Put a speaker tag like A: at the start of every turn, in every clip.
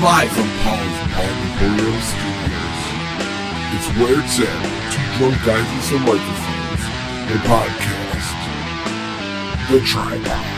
A: Live from Paul's Auditorium Studios. It's where it's at. Two drunk guys and some microphones. A podcast. The Tripod.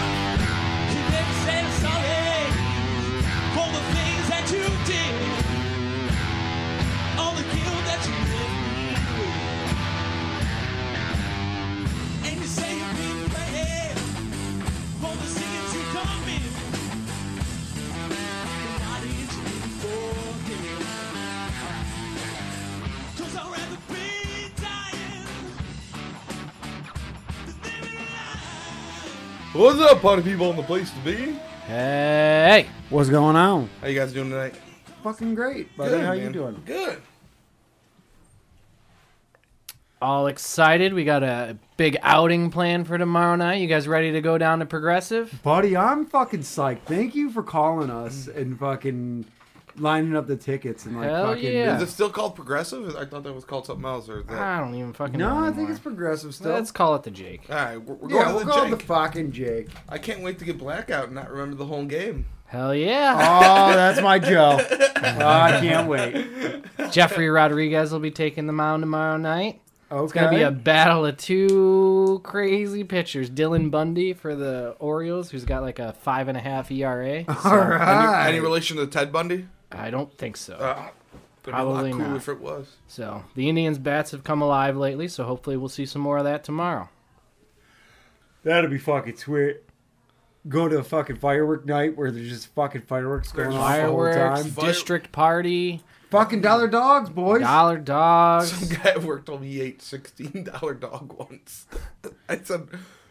B: What's up, party people in the place to be?
C: Hey,
D: What's going on?
B: How you guys doing tonight?
D: Fucking great, buddy. How you doing?
B: Good.
C: all excited. We got a big outing planned for tomorrow night. You guys ready to go down to Progressive?
D: Buddy, I'm fucking psyched. Thank you for calling us and fucking lining up the tickets and like
C: Hell
D: fucking
C: yeah.
B: Is it still called progressive? I thought that was called something else. Or is that...
C: I don't even fucking know.
D: No, I
C: anymore.
D: think it's progressive still.
C: Let's call it the Jake.
B: All right, we're, we're going
D: yeah, we'll
B: to
D: call
B: the
D: it
B: jank.
D: the fucking Jake.
B: I can't wait to get blackout and not remember the whole game.
C: Hell yeah.
D: Oh, that's my Joe. Oh, I can't wait. Okay.
C: Jeffrey Rodriguez will be taking the mound tomorrow night.
D: It's
C: Gonna be a battle of two crazy pitchers. Dylan Bundy for the Orioles, who's got like a five and a half ERA. So
D: All right.
B: Any relation to Ted Bundy?
C: I don't think so.
B: Uh, it'd be
C: Probably
B: a lot cooler
C: not.
B: if it was.
C: so the Indians bats have come alive lately, so hopefully we'll see some more of that tomorrow.
D: That'll be fucking sweet. Go to a fucking firework night where there's just fucking fireworks going
B: There's
D: off the whole
C: Fireworks,
D: time.
B: Fire-
C: district party,
D: Fucking dollar dogs, boys.
C: dollar
B: Some
C: dogs.
B: guy at work told me he ate sixteen dollar dog once. I said,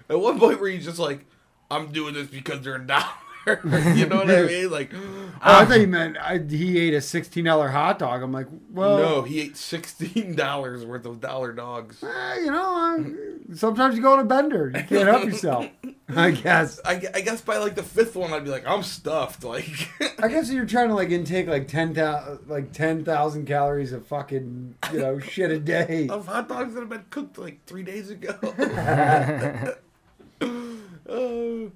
B: at one point where he's just like, "I'm doing this because they're a dollar." you know what I mean? Like,
D: Oh, I thought you meant I, he ate a sixteen dollar hot dog. I'm like, well,
B: no, he ate sixteen dollars worth of dollar dogs.
D: Eh, you know, I, sometimes you go on a bender. You can't help yourself. I guess.
B: I, gu- I guess by like the fifth one, I'd be like, I'm stuffed. Like,
D: I guess you're trying to like intake like ten thousand, like ten thousand calories of fucking you know shit a day.
B: of hot dogs that have been cooked like three days ago. Uh,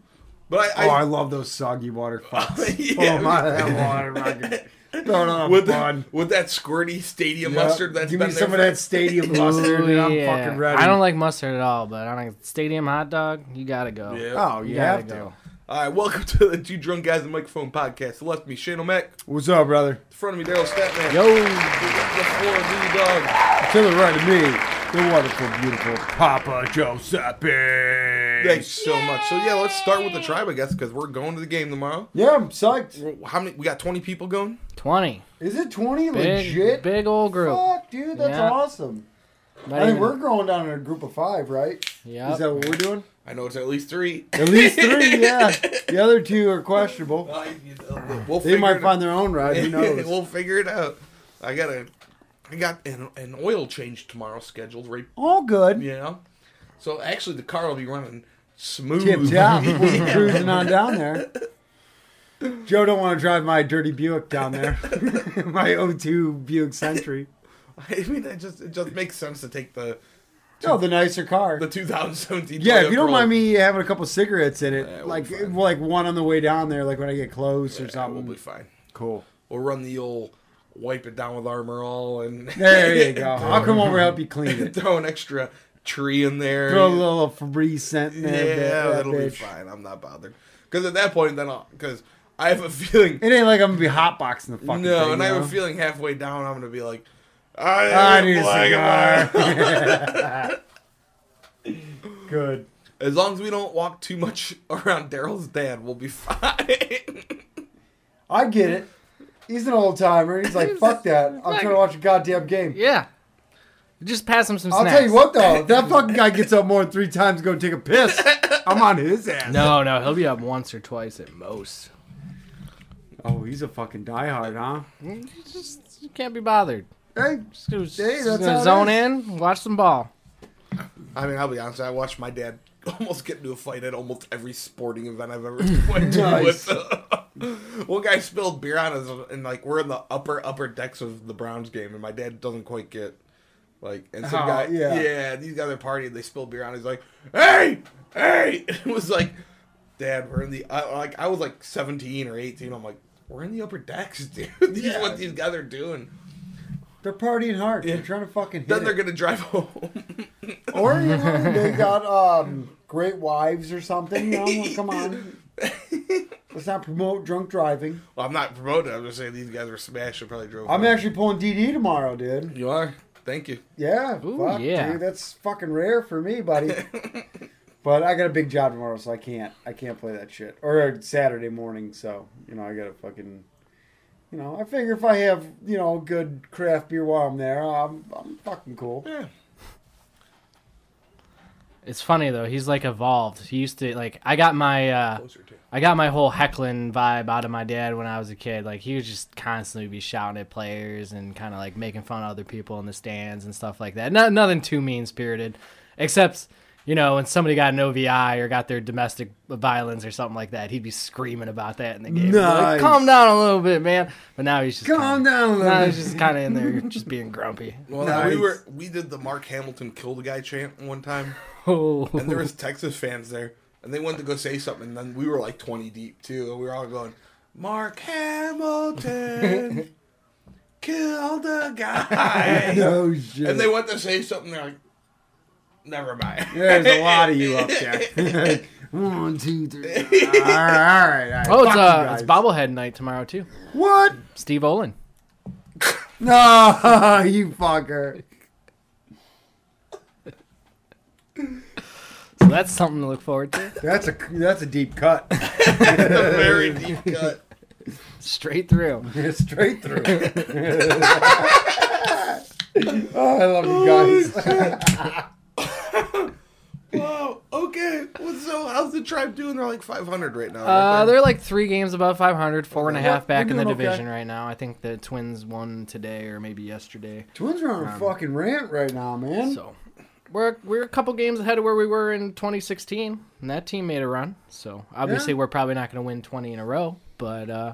B: but I,
D: oh, I
B: I,
D: love those soggy water fucks.
B: Yeah.
D: Oh my, that water fucking throw it on a
B: with,
D: bun.
B: with that squirty stadium
D: Yeah.
B: mustard that's
D: Give
B: been
D: me some of
B: there
D: that stadium mustard, and I'm
C: Ooh, yeah.
D: fucking ready.
C: I don't like mustard at all, but on a stadium hot dog, you gotta go.
B: for- Yeah.
D: Oh, you,
C: You gotta
D: have to.
C: go.
B: All right, welcome to the Two Drunk Guys and Microphone podcast. To the left of me, Shane O'Mac. To
D: What's up, brother?
B: the front of me, Daryl Statman. To
C: Yo,
B: the floor, Lee Dog.
D: To the right of me, the wonderful, beautiful Papa Giuseppe.
B: Thanks so much. So yeah, let's start with the tribe, I guess, because we're going to the game tomorrow.
D: Yeah, I'm psyched.
B: Well, How many? We got 20 people going.
C: twenty
D: Is it 20?
C: big
D: Legit?
C: big old group.
D: Fuck, dude, that's
C: Yeah.
D: awesome.
C: Not
D: I think
C: even-
D: we're going down in a group of five, right?
C: Yep.
D: Is that what we're doing?
B: I know it's at least three.
D: At least three, yeah. The other two are questionable.
B: we'll
D: They might
B: figure it-
D: find their own ride. Who knows?
B: we'll figure it out. I got a, I got an, an oil change tomorrow scheduled. Right,
D: All good.
B: you know. So actually, the car will be running smooth.
D: Tip top. We're
B: Yeah.
D: cruising on down there. Joe don't want to drive my dirty Buick down there. my 02 Buick Century.
B: I mean, it just it just makes sense to take the
D: No, Oh, the nicer car.
B: the 2017.
D: Yeah, if
B: Toyota
D: you don't
B: Corolla.
D: mind me having a couple cigarettes in it,
B: Yeah, we'll
D: like
B: be fine.
D: like one on the way down there, like when I get close or
B: yeah, we'll
D: something.
B: be fine.
D: cool.
B: We'll run the old wipe it down with armor all and
D: There you go. I'll come over and help you clean it.
B: throw an extra tree in there.
D: Throw a little Febreze scent in
B: yeah,
D: there. that- that
B: that'll be
D: bitch.
B: fine. I'm not bothered because at that point, then I'll because I have a feeling
D: It ain't like I'm gonna be hotboxing the fucking
B: No,
D: thing,
B: and
D: you
B: I have
D: know?
B: a feeling halfway down I'm gonna be like, I,
D: I
B: need
D: need
B: a
D: a
B: black and white.
D: Good.
B: As long as we don't walk too much around Daryl's dad, we'll be fine.
D: I get it. He's an old timer. He's like, fuck that. I'm trying to watch a goddamn game.
C: yeah. Just pass him some
D: I'll
C: snacks.
D: tell you what though, if that fucking guy gets up more than three times to go take a piss, I'm on his ass.
C: No, no, he'll be up once or twice at most.
D: Oh, he's a fucking diehard, huh?
C: You just you can't be bothered.
D: Hey,
C: Just gonna, just
D: that's
C: gonna
D: how it
C: zone
D: is.
C: in, watch some ball.
B: I mean, I'll be honest. I watched my dad almost get into a fight at almost every sporting event I've ever went to.
D: Nice.
B: With, one guy spilled beer on us, and like we're in the upper upper decks of the Browns game, and my dad doesn't quite get like. And some
D: Oh,
B: guy, yeah.
D: yeah.
B: these guys are partying. They spill beer on. us, He's like, hey, hey. It was like, Dad, we're in the I, like I was like seventeen or eighteen. I'm like, we're in the upper decks, dude. These
D: Yeah.
B: is what these guys are doing.
D: They're partying hard.
B: Yeah.
D: They're trying to fucking hit
B: Then they're
D: it.
B: gonna drive home.
D: Or you know, they got um, great wives or something. You know, come on. Let's not promote drunk driving.
B: well, I'm not promoting. I'm just saying these guys were smashed and probably drove.
D: I'm
B: home.
D: actually pulling DD tomorrow, dude.
B: You are. Thank you.
D: Yeah,
C: Ooh,
D: fuck,
C: yeah.
D: dude, that's fucking rare for me, buddy. but I got a big job tomorrow, so I can't. I can't play that shit. Or Saturday morning, so you know I got to fucking. You know, I figure if I have you know good craft beer while I'm there, I'm I'm fucking cool.
B: Yeah.
C: It's funny though. He's like evolved. He used to like I got my uh
B: Closer to.
C: I got my whole heckling vibe out of my dad when I was a kid. Like he would just constantly be shouting at players and kind of like making fun of other people in the stands and stuff like that. Not nothing too mean spirited, except you know when somebody got an OVI or got their domestic violence or something like that, he'd be screaming about that in the game.
D: Nice.
C: Like, Calm down a little bit, man. But now he's just
D: Calm
C: kinda,
D: down a little
C: Now
D: bit.
C: he's just kind of in there, just being grumpy.
B: Well,
D: Nice.
B: we were we did the Mark Hamilton kill the guy chant one time,
C: Oh,
B: and there was Texas fans there, and they wanted to go say something. And then we were like 20 deep too, and we were all going, "Mark Hamilton killed a guy,"
D: No shit.
B: and they went to say something. They're like, "Never mind."
D: There's a lot of you up there. One, two, three. All right, all right. all right.
C: oh, it's
D: Fuck you
C: uh, it's
D: guys.
C: bobblehead night tomorrow too.
D: What?
C: Steve Olin.
D: No, you fucker.
C: So that's something to look forward to.
D: That's a that's a deep cut.
B: a very deep cut.
C: Straight through.
D: Straight through. oh, I love you guys.
B: Wow. Okay. Well, so how's the tribe doing? They're like 500 right now.
C: Uh,
B: aren't
C: they're like three games above 500, four and a half
D: We're- we're
C: back in the
D: doing okay.
C: division right now. I think the Twins won today or maybe yesterday.
D: Twins are on a fucking rant right now, man.
C: Um, So we're we're a couple games ahead of where we were in 2016, and that team made a run. So obviously we're probably not going to win 20 in a row, but uh,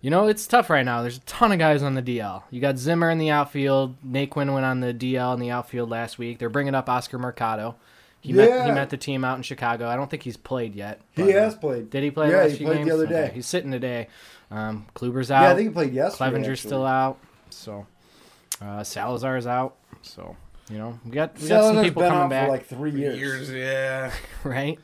C: you know it's tough right now. There's a ton of guys on the DL. You got Zimmer in the outfield. Naquin went on the DL in the outfield last week. They're bringing up Oscar Mercado. He met he
D: Yeah.
C: met the team out in Chicago. I don't think he's played yet.
D: he
C: but, uh,
D: has played.
C: Did he play?
D: Yeah,
C: last
D: he
C: few
D: played the
C: games?
D: other
C: Okay,
D: day.
C: He's sitting today. Um, Kluber's out.
D: Yeah, I think he played yesterday.
C: Clevenger's
D: actually.
C: still out. So uh, Salazar's out. So you know we got we got
D: Salazar's
C: some people
D: been
C: coming
D: out
C: back,
D: for like three
B: they? years.
D: years.
B: Yeah.
C: right?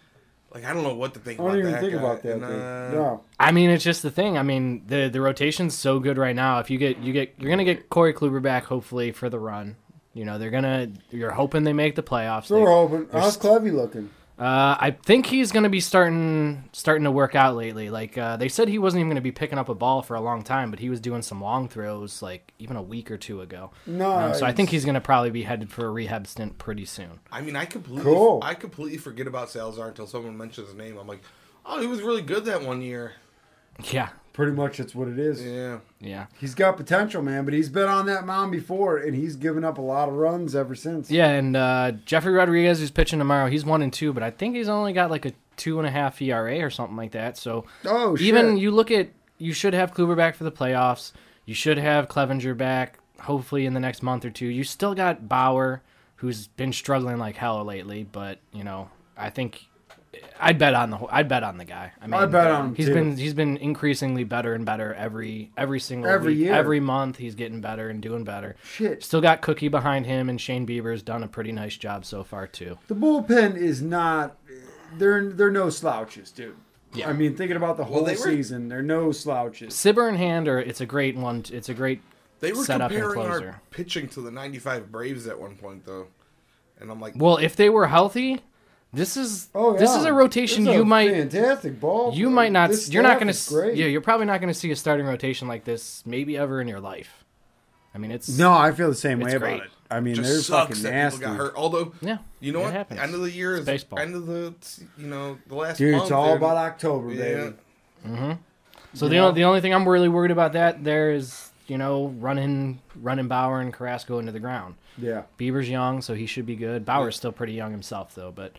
B: Like I don't know what to think.
D: I don't
B: about
D: even
B: that
D: think
B: guy.
D: about that.
B: And, uh,
D: dude. No,
C: I mean, it's just the thing. I mean, the the rotation's so good right now. If you get you get you're gonna get Corey Kluber back hopefully for the run. You know they're gonna you're hoping they make the playoffs.
D: still
C: They-
D: hoping.
C: they're
D: How's
C: st-
D: Clevy looking?
C: Uh, I think he's gonna be starting starting to work out lately. Like uh, they said, he wasn't even gonna be picking up a ball for a long time, but he was doing some long throws like even a week or two ago.
D: No,
C: Um, so I think he's gonna probably be headed for a rehab stint pretty soon.
B: I mean, I completely,
D: Cool.
B: I completely forget about Salazar until someone mentions his name. I'm like, oh, he was really good that one year.
C: Yeah,
D: pretty much that's what it is.
B: Yeah.
C: yeah,
D: He's got potential, man, but he's been on that mound before, and he's given up a lot of runs ever since.
C: yeah. And uh, Jeffrey Rodriguez, who's pitching tomorrow, he's one and two, but I think he's only got like a two and a half ERA or something like that. So
D: Oh, shit.
C: even you look at you should have Kluber back for the playoffs. You should have Clevenger back hopefully in the next month or two. You still got Bauer who's been struggling like hell lately, but you know, I think I'd bet on the whole- I'd bet on the guy. I mean,
D: I'd bet on him,
C: He's
D: too.
C: been he's been increasingly better and better every every single
D: Every
C: week.
D: year.
C: every month he's getting better and doing better.
D: shit.
C: Still got Cookie behind him and Shane Bieber's done a pretty nice job so far too.
D: The bullpen is not. They're they're no slouches, dude.
C: Yeah.
D: I mean, thinking about the whole
B: they were-
D: season, they're no slouches.
C: Sibber and Hand are it's a great one. It's a great
B: They were
C: Setup and
B: comparing our
C: closer. pitching
B: pitching to the 95 Braves at one point, though. And I'm like,
C: Well, if they were healthy, this is this
D: Oh, yeah.
C: is a rotation
D: This is a
C: you might
D: fantastic ball.
C: you
D: player.
C: might not
D: This
C: you're not
D: staff
C: going
D: is
C: to
D: great.
C: yeah you're probably not going to see a starting rotation like this maybe ever in your life. I mean it's
D: No, I feel the same
C: It's
D: way about
C: great.
D: it. I mean, they're
B: just sucks
D: fucking
B: that
D: nasty.
B: people got hurt. Although,
C: Yeah,
B: you know
C: it
B: what?
C: happens.
B: End of the year
C: It's
B: is
C: baseball.
B: end of the you know the last
D: Dude,
B: month,
D: it's all
B: dude.
D: about October,
B: Yeah.
D: baby.
C: So the
D: Yeah.
C: only the only thing I'm really worried about that there is you know running running Bauer and Carrasco into the ground.
D: Yeah.
C: Bieber's young, so he should be good. Bauer's still pretty young himself, though. But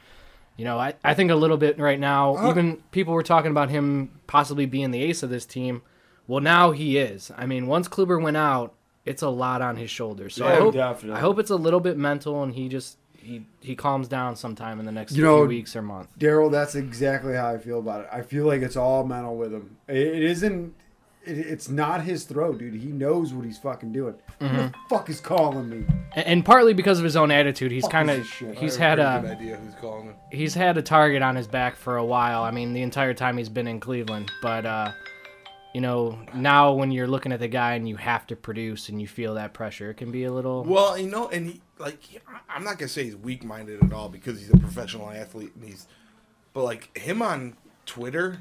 C: you know, I, I think a little bit right now.
D: Uh,
C: even people were talking about him possibly being the ace of this team. Well, now he is. I mean, once Kluber went out, it's a lot on his shoulders. So I
D: Yeah,
C: hope
D: Oh, definitely.
C: I hope it's a little bit mental, and he just he he calms down sometime in the next
D: You
C: few
D: know,
C: weeks or month.
D: Daryl, that's exactly how I feel about it. I feel like it's all mental with him. It it isn't. it, it's not his throw, dude. He knows what he's fucking doing. Who the
C: Mm-hmm.
D: fuck is calling me?
C: And, and partly because of his own attitude, he's
D: Fuck
C: kind
D: is
C: of
D: this shit?
C: he's
B: I have a
C: had
B: pretty
C: a
B: good idea who's calling him.
C: he's had a target on his back for a while. I mean, the entire time he's been in Cleveland, but uh, you know, now when you're looking at the guy and you have to produce and you feel that pressure, it can be a little.
B: Well, you know, and he, like he- I- I'm not gonna say he's weak-minded at all because he's a professional athlete and he's, but like him on Twitter,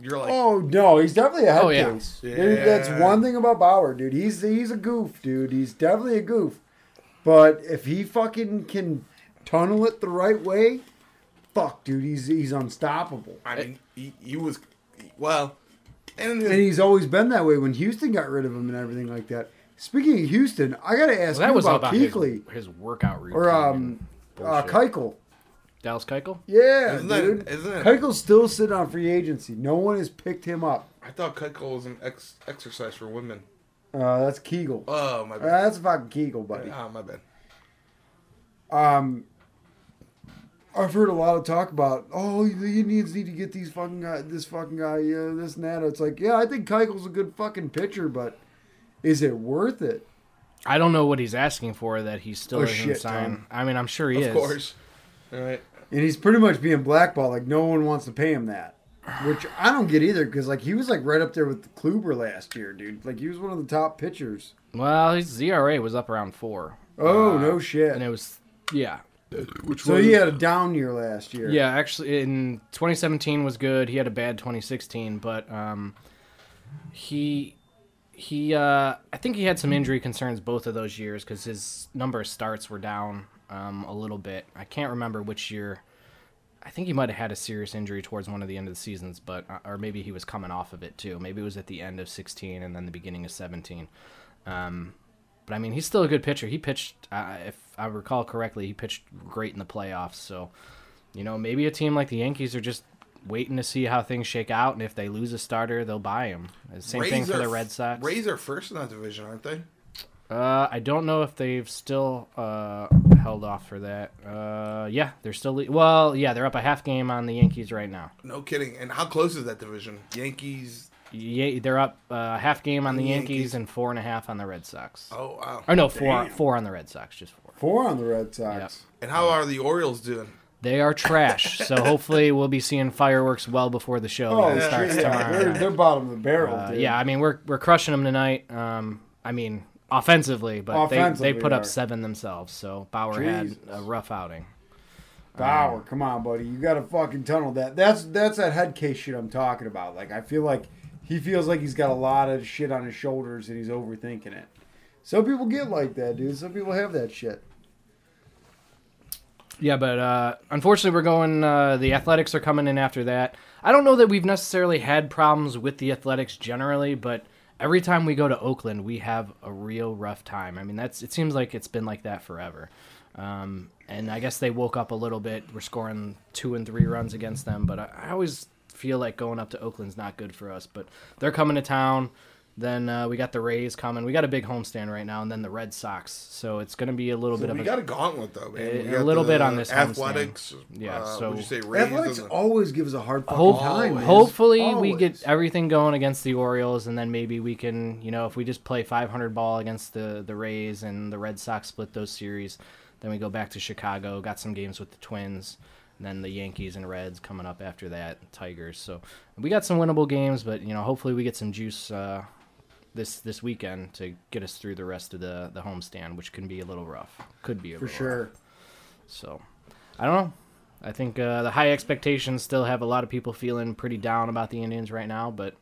B: you're like,
D: Oh no, he's definitely a head
C: Oh, yeah.
D: case. Dude, That's
B: Yeah.
D: one thing about Bauer, dude. He's he's a goof, dude. He's definitely a goof. But if he fucking can tunnel it the right way, fuck, dude, he's he's unstoppable.
B: I mean, he, he was, well, and,
D: And he's always been that way when Houston got rid of him and everything like that. Speaking of Houston, I gotta ask
C: Well, that
D: you
C: was all
D: about,
C: about his,
D: Kuechly
C: his workout routine.
D: or
C: and
D: um uh,
C: bullshit.
D: Keuchel.
C: Dallas Keuchel.
D: Yeah,
B: Isn't that-
D: dude.
B: isn't it-
D: Keuchel's still sitting on free agency. No one has picked him up.
B: I thought Cutco was an ex- exercise for women.
D: Uh, that's Kegel. Uh,
B: Oh my bad.
D: that's fucking Kegel, buddy.
B: Ah, my bad.
D: Um, I've heard a lot of talk about oh the Indians need to get these fucking guy, this fucking guy, yeah, this and that. It's like yeah, I think Keichel's a good fucking pitcher, but is it worth it?
C: I don't know what he's asking for that he still
D: Oh,
C: isn't
D: shit,
C: signed.
D: Tom.
C: I mean, I'm sure he
B: Of
C: is.
B: course. All right.
D: And he's pretty much being blackballed. Like no one wants to pay him that, which I don't get either. Because like he was like right up there with Kluber last year, dude. Like he was one of the top pitchers.
C: Well, his ZRA was up around four,
D: Oh
C: Uh,
D: no shit.
C: and it was yeah,
B: Which
D: so he had a down year last year.
C: yeah. Actually, in 2017 was good. He had a bad 2016, but um, he he uh, I think he had some injury concerns both of those years because his number of starts were down um, a little bit. I can't remember which year. I think he might have had a serious injury towards one of the end of the seasons, but uh, or maybe he was coming off of it too. Maybe it was at the end of 16 and then the beginning of 17. Um, but I mean, he's still a good pitcher. He pitched, uh, if I recall correctly, he pitched great in the playoffs. So, you know, maybe a team like the Yankees are just waiting to see how things shake out, and if they lose a starter, they'll buy him. Same thing for the Red Sox.
B: Rays are first in that division, aren't they?
C: Uh, I don't know if they've still uh, held off for that. Uh, yeah, they're still. Le- well, yeah, they're up a half game on the Yankees right now.
B: No kidding. And how close is that division? Yankees.
C: Yeah, they're up uh, a half game on the Yankees,
B: Yankees.
C: and four and a half on the Red Sox.
B: Oh wow.
C: Or no, four
D: Damn.
C: four on the Red Sox, just four.
D: four on the Red Sox.
B: And how are the Orioles doing?
C: They are trash, so hopefully we'll be seeing fireworks well before the show
D: Oh
C: even
D: yeah,
C: starts
D: shit, yeah.
C: tomorrow.
D: They're,
C: night.
D: they're bottom of the barrel.
C: Uh,
D: dude.
C: yeah, I mean we're we're crushing them tonight. Um, I mean offensively, but
D: Offensively,
C: they they put
D: yeah.
C: up seven themselves, so Bauer
D: Jesus.
C: had a rough outing.
D: Bauer, come on, buddy. You got to fucking tunnel that. That's that's that head case shit I'm talking about. Like I feel like he feels like he's got a lot of shit on his shoulders and he's overthinking it. Some people get like that, dude. Some people have that shit.
C: Yeah, but uh, unfortunately, we're going. Uh, the athletics are coming in after that. I don't know that we've necessarily had problems with the athletics generally, but every time we go to Oakland, we have a real rough time. I mean, that's it seems like it's been like that forever. Um, and I guess they woke up a little bit. We're scoring two and three runs against them, but I, I always feel like going up to Oakland's not good for us. But they're coming to town. Then uh, we got the Rays coming. We got a big homestand right now, and then the Red Sox. So it's going to be a little bit
B: we
C: of a
B: got a gauntlet though, man.
C: A-
B: We
C: a
B: got
C: little
B: the
C: bit on this homestand.
B: athletics.
C: Yeah,
B: uh,
C: so-
B: would you say Rays?
D: Athletics
B: and the-
D: always gives a hard fucking
C: Hope-
D: time. man.
C: hopefully we
D: Always.
C: get everything going against the Orioles, and then maybe we can, you know, if we just play 500 ball against the the Rays and the Red Sox split those series, then we go back to Chicago, got some games with the Twins, and then the Yankees and Reds coming up after that, Tigers. So we got some winnable games, but you know, hopefully we get some juice uh, this this weekend to get us through the rest of the the homestand, which can be a little rough. Could be a
D: for
C: little rough.
D: sure.
C: So, I don't know. I think uh, the high expectations still have a lot of people feeling pretty down about the Indians right now, but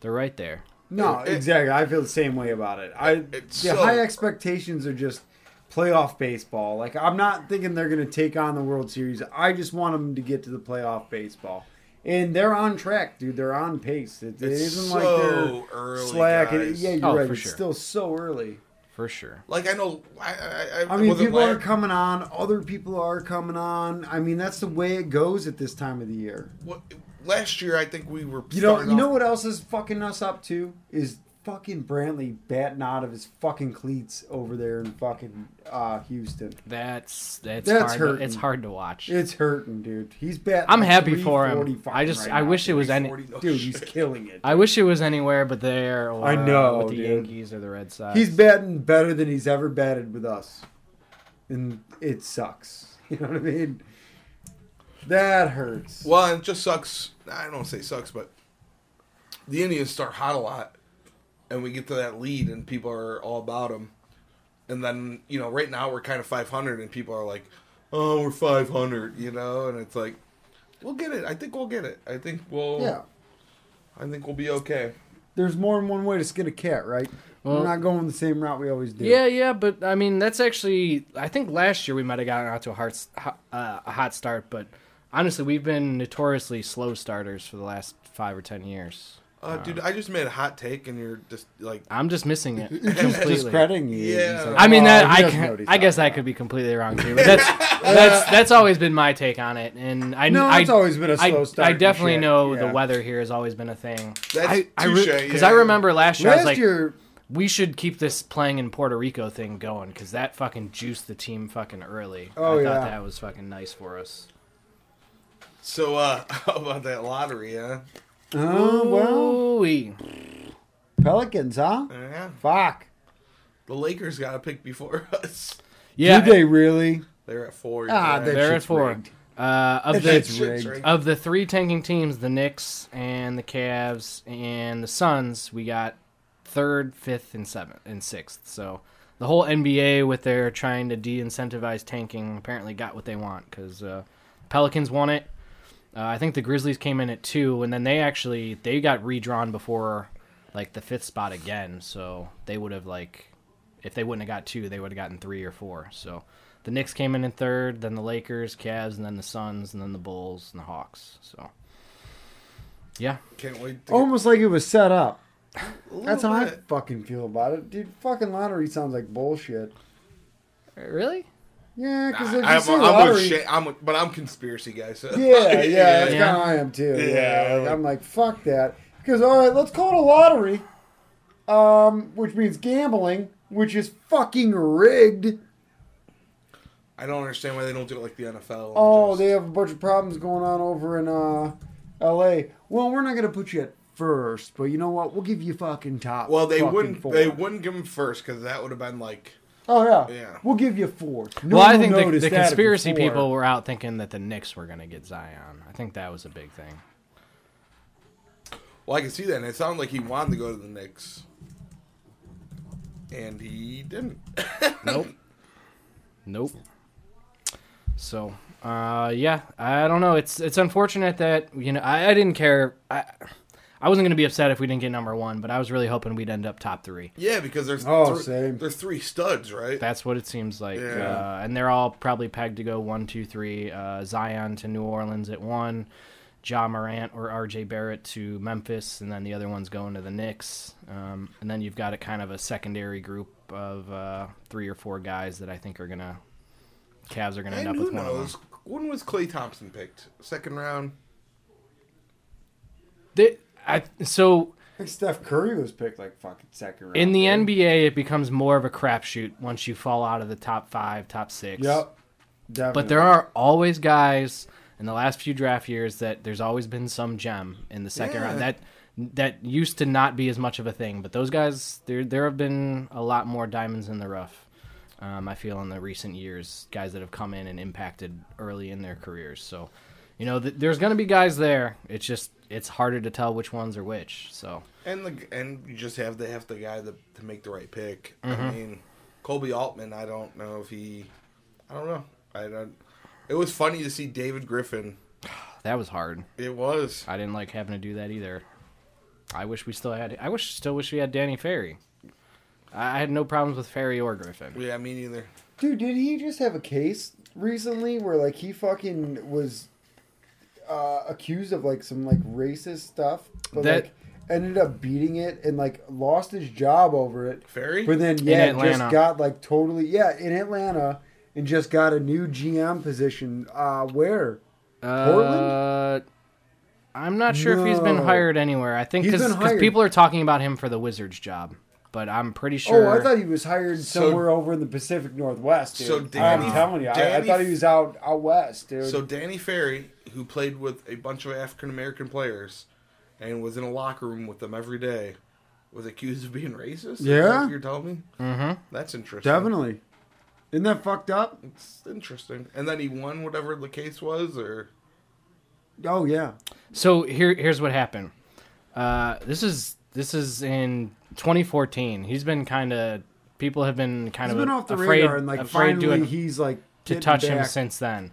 C: they're right there.
D: No,
B: It-
D: exactly. I feel the same way about it. I the
B: it's so-
D: high expectations are just playoff baseball. Like I'm not thinking they're going to take on the World Series. I just want them to get to the playoff baseball, and they're on track, dude. They're on pace. It, it
B: It's
D: isn't
B: so
D: like they're
B: early,
D: slacking.
B: guys.
D: Yeah, you're
C: Oh,
D: right.
C: for
D: It's
C: sure.
D: still so early.
C: For sure.
B: Like I know, I I, I,
D: I mean,
B: was it
D: people
B: la-
D: are coming on. Other people are coming on. I mean, that's the way it goes at this time of the year.
B: what- last year. I think we were.
D: You know,
B: starting
D: you know
B: off-
D: what else is fucking us up too is fucking Brantley batting out of his fucking cleats over there in fucking uh, Houston.
C: That's that's,
D: That's
C: hard. To,
D: hurting.
C: it's hard to watch.
D: It's hurting, dude. He's batting.
C: I'm
D: like
C: happy for him.
D: 345
C: I just
D: right
C: I
D: now,
C: wish it
D: dude.
C: was any.
B: 40 no
D: Dude,
B: shit.
D: he's killing it.
C: I wish it was anywhere but there. Or,
D: I
C: uh,
D: know,
C: with the
D: dude.
C: Yankees or the Red Sox.
D: He's batting better than he's ever batted with us, and it sucks. You know what I mean? That hurts.
B: Well, it just sucks. I don't say sucks, but the Indians start hot a lot, and we get to that lead, and people are all about them. And then you know, right now we're kind of 500, and people are like, "Oh, we're 500," you know, and it's like, "We'll get it. I think we'll get it. I think we'll.
D: Yeah.
B: I think we'll be okay."
D: There's more than one way to skin a cat, right?
C: Well-
D: We're not going the same route we always do.
C: Yeah, yeah, but I mean, that's actually. I think last year we might have gotten out to a hard, s- ho- uh, a hot start, but honestly, we've been notoriously slow starters for the last five or ten years.
B: Uh, dude, I just made a hot take, and you're just like,
C: I'm just missing it
D: Just Oh,
C: completely.
D: crediting you.
B: Yeah.
D: He's like,
C: I mean,
D: "Well,
C: that
D: he
C: I
D: doesn't know what
C: can,
D: he's
C: I guess
D: talking
C: I could be completely wrong too, but that's that's that's always been my take on it, and I
D: No,
C: I,
D: it's always been a
C: I-
D: slow start
C: I
D: and
C: definitely
D: shit,
C: know
D: yeah.
C: the weather here has always been a thing.
B: That's
C: I I, re-
B: touche,
C: 'cause
B: yeah.
C: I remember last year I
D: about.
C: was
D: Last
C: like,
D: year,
C: we should keep this playing in Puerto Rico thing going because that fucking juiced the team fucking early.
D: Oh,
C: I
D: yeah.
C: thought that was fucking nice for us.
B: "So, uh, how about that lottery, huh?
D: oh well,
C: Ooh-wee.
D: Pelicans, huh?
B: Yeah,
D: Fuck.
B: the Lakers got to pick before us.
C: yeah,
D: Do they really?
B: They're at four.
D: Ah,
B: yeah.
D: they-
C: they're at
D: Shit's
C: four.
D: rigged.
C: Uh, of
D: That shit's
C: the
B: Shit's
D: rigged. Uh,
B: rigged.
C: of the three tanking teams, the Knicks and the Cavs and the Suns, we got third, fifth, and seventh and sixth. So the whole NBA with their trying to de-incentivize tanking apparently got what they want because uh, Pelicans won it. Uh, I think the Grizzlies came in at two, and then they actually they got redrawn before like the fifth spot again. So they would have like if they wouldn't have got two, they would have gotten three or four. So the Knicks came in in third, then the Lakers, Cavs, and then the Suns, and then the Bulls and the Hawks. So yeah,
B: Can't wait. To get
D: Almost like it was set up.
B: a little
D: oh That's how I
B: bit.
D: fucking feel about it, dude. Fucking lottery sounds like bullshit.
C: really?
D: Yeah, because if you
B: I'm,
D: say
B: I'm, with
D: lottery,
B: Shay, I'm with- but I'm conspiracy guy. So
D: yeah, yeah, that's
C: Yeah.
D: how I am too. Yeah,
B: Yeah,
D: like,
B: like-
D: I'm like fuck that. Because all right, let's call it a lottery, um, which means gambling, which is fucking rigged.
B: I don't understand why they don't do it like the NFL.
D: Oh,
B: Just-
D: they have a bunch of problems going on over in uh, L.A. Well, we're not gonna put you at first, but you know what? We'll give you fucking top.
B: well, they
D: fucking
B: wouldn't.
D: four.
B: They wouldn't give them first because that would have been like.
D: Oh yeah.
B: Yeah.
D: We'll give you four. No
C: well, I
D: one
C: think
D: will
C: the,
D: notice
C: the
D: that if it's
C: conspiracy
D: four.
C: people were out thinking that the Knicks were going to get Zion. I think that was a big thing.
B: Well, I can see that, and it sounded like he wanted to go to the Knicks, and he didn't.
C: Nope. nope. So, uh, yeah, I don't know. It's it's unfortunate that you know I, I didn't care. I I wasn't gonna be upset if we didn't get number one, but I was really hoping we'd end up top three.
B: yeah, because there's
D: Oh,
B: three,
D: same.
B: there's three studs, right?
C: That's what it seems like.
B: Yeah.
C: Uh, and they're all probably pegged to go one, two, three. Uh, Zion to New Orleans at one, Ja Morant or RJ Barrett to Memphis, and then the other one's going to the Knicks. Um, and then you've got a kind of a secondary group of uh, three or four guys that I think are gonna. Cavs are gonna end
B: and
C: up
B: who
C: with one of them.
B: knows? When was Clay Thompson picked? Second round.
C: They, I, so
D: I think Steph Curry was picked like fucking second round.
C: in the
D: dude.
C: NBA, it becomes more of a crapshoot once you fall out of the top five, top six.
D: Yep. Definitely.
C: But there are always guys in the last few draft years that there's always been some gem in the second
B: Yeah.
C: round that that used to not be as much of a thing. But those guys, there there have been a lot more diamonds in the rough. Um, I feel in the recent years, guys that have come in and impacted early in their careers. So, you know, th- there's going to be guys there. It's just it's harder to tell which ones are which. So.
B: And the and you just have to have the guy that, to make the right pick. I
C: Mm-hmm.
B: mean, Colby Altman. I don't know if he. I don't know. I don't. It was funny to see David Griffin.
C: That was hard.
B: It was.
C: I didn't like having to do that either. I wish we still had. I wish still wish we had Danny Ferry. I I had no problems with Ferry or Griffin.
B: Yeah, me neither.
D: Dude, did he just have a case recently where like he fucking was uh, accused of like some like racist stuff, but
C: That-
D: like ended up beating it and like lost his job over it.
B: Ferry.
D: But then yeah,
C: Atlanta.
D: just got like totally yeah in Atlanta and just got a new GM position. Uh, where
C: Uh, I'm not sure if he's been
D: No.
C: hired anywhere. I think
D: He's
C: because
D: been hired.
C: people are talking about him for the Wizards job, but I'm pretty sure.
D: Oh, I thought he was hired somewhere over in the Pacific Northwest. Dude.
B: So
D: I'm
B: Danny-
D: telling you, I, I
B: Danny-
D: thought he was out out west, dude.
B: So Danny Ferry, who played with a bunch of African American players and was in a locker room with them every day, was accused of being racist. Is that
D: Yeah.
B: what you're telling me
C: Mhm.
B: that's interesting.
D: Definitely. Isn't that fucked up?
B: it's interesting. And then he won whatever the case was, or
D: Oh yeah.
C: So here, here's what happened. Uh, this is this is in 2014. He's been kind of people have been kind
D: He's
C: of
D: been off the
C: afraid,
D: radar and like
C: afraid
D: finally
C: to,
D: he's like
C: to
D: getting
C: touch him
D: back.
C: since then.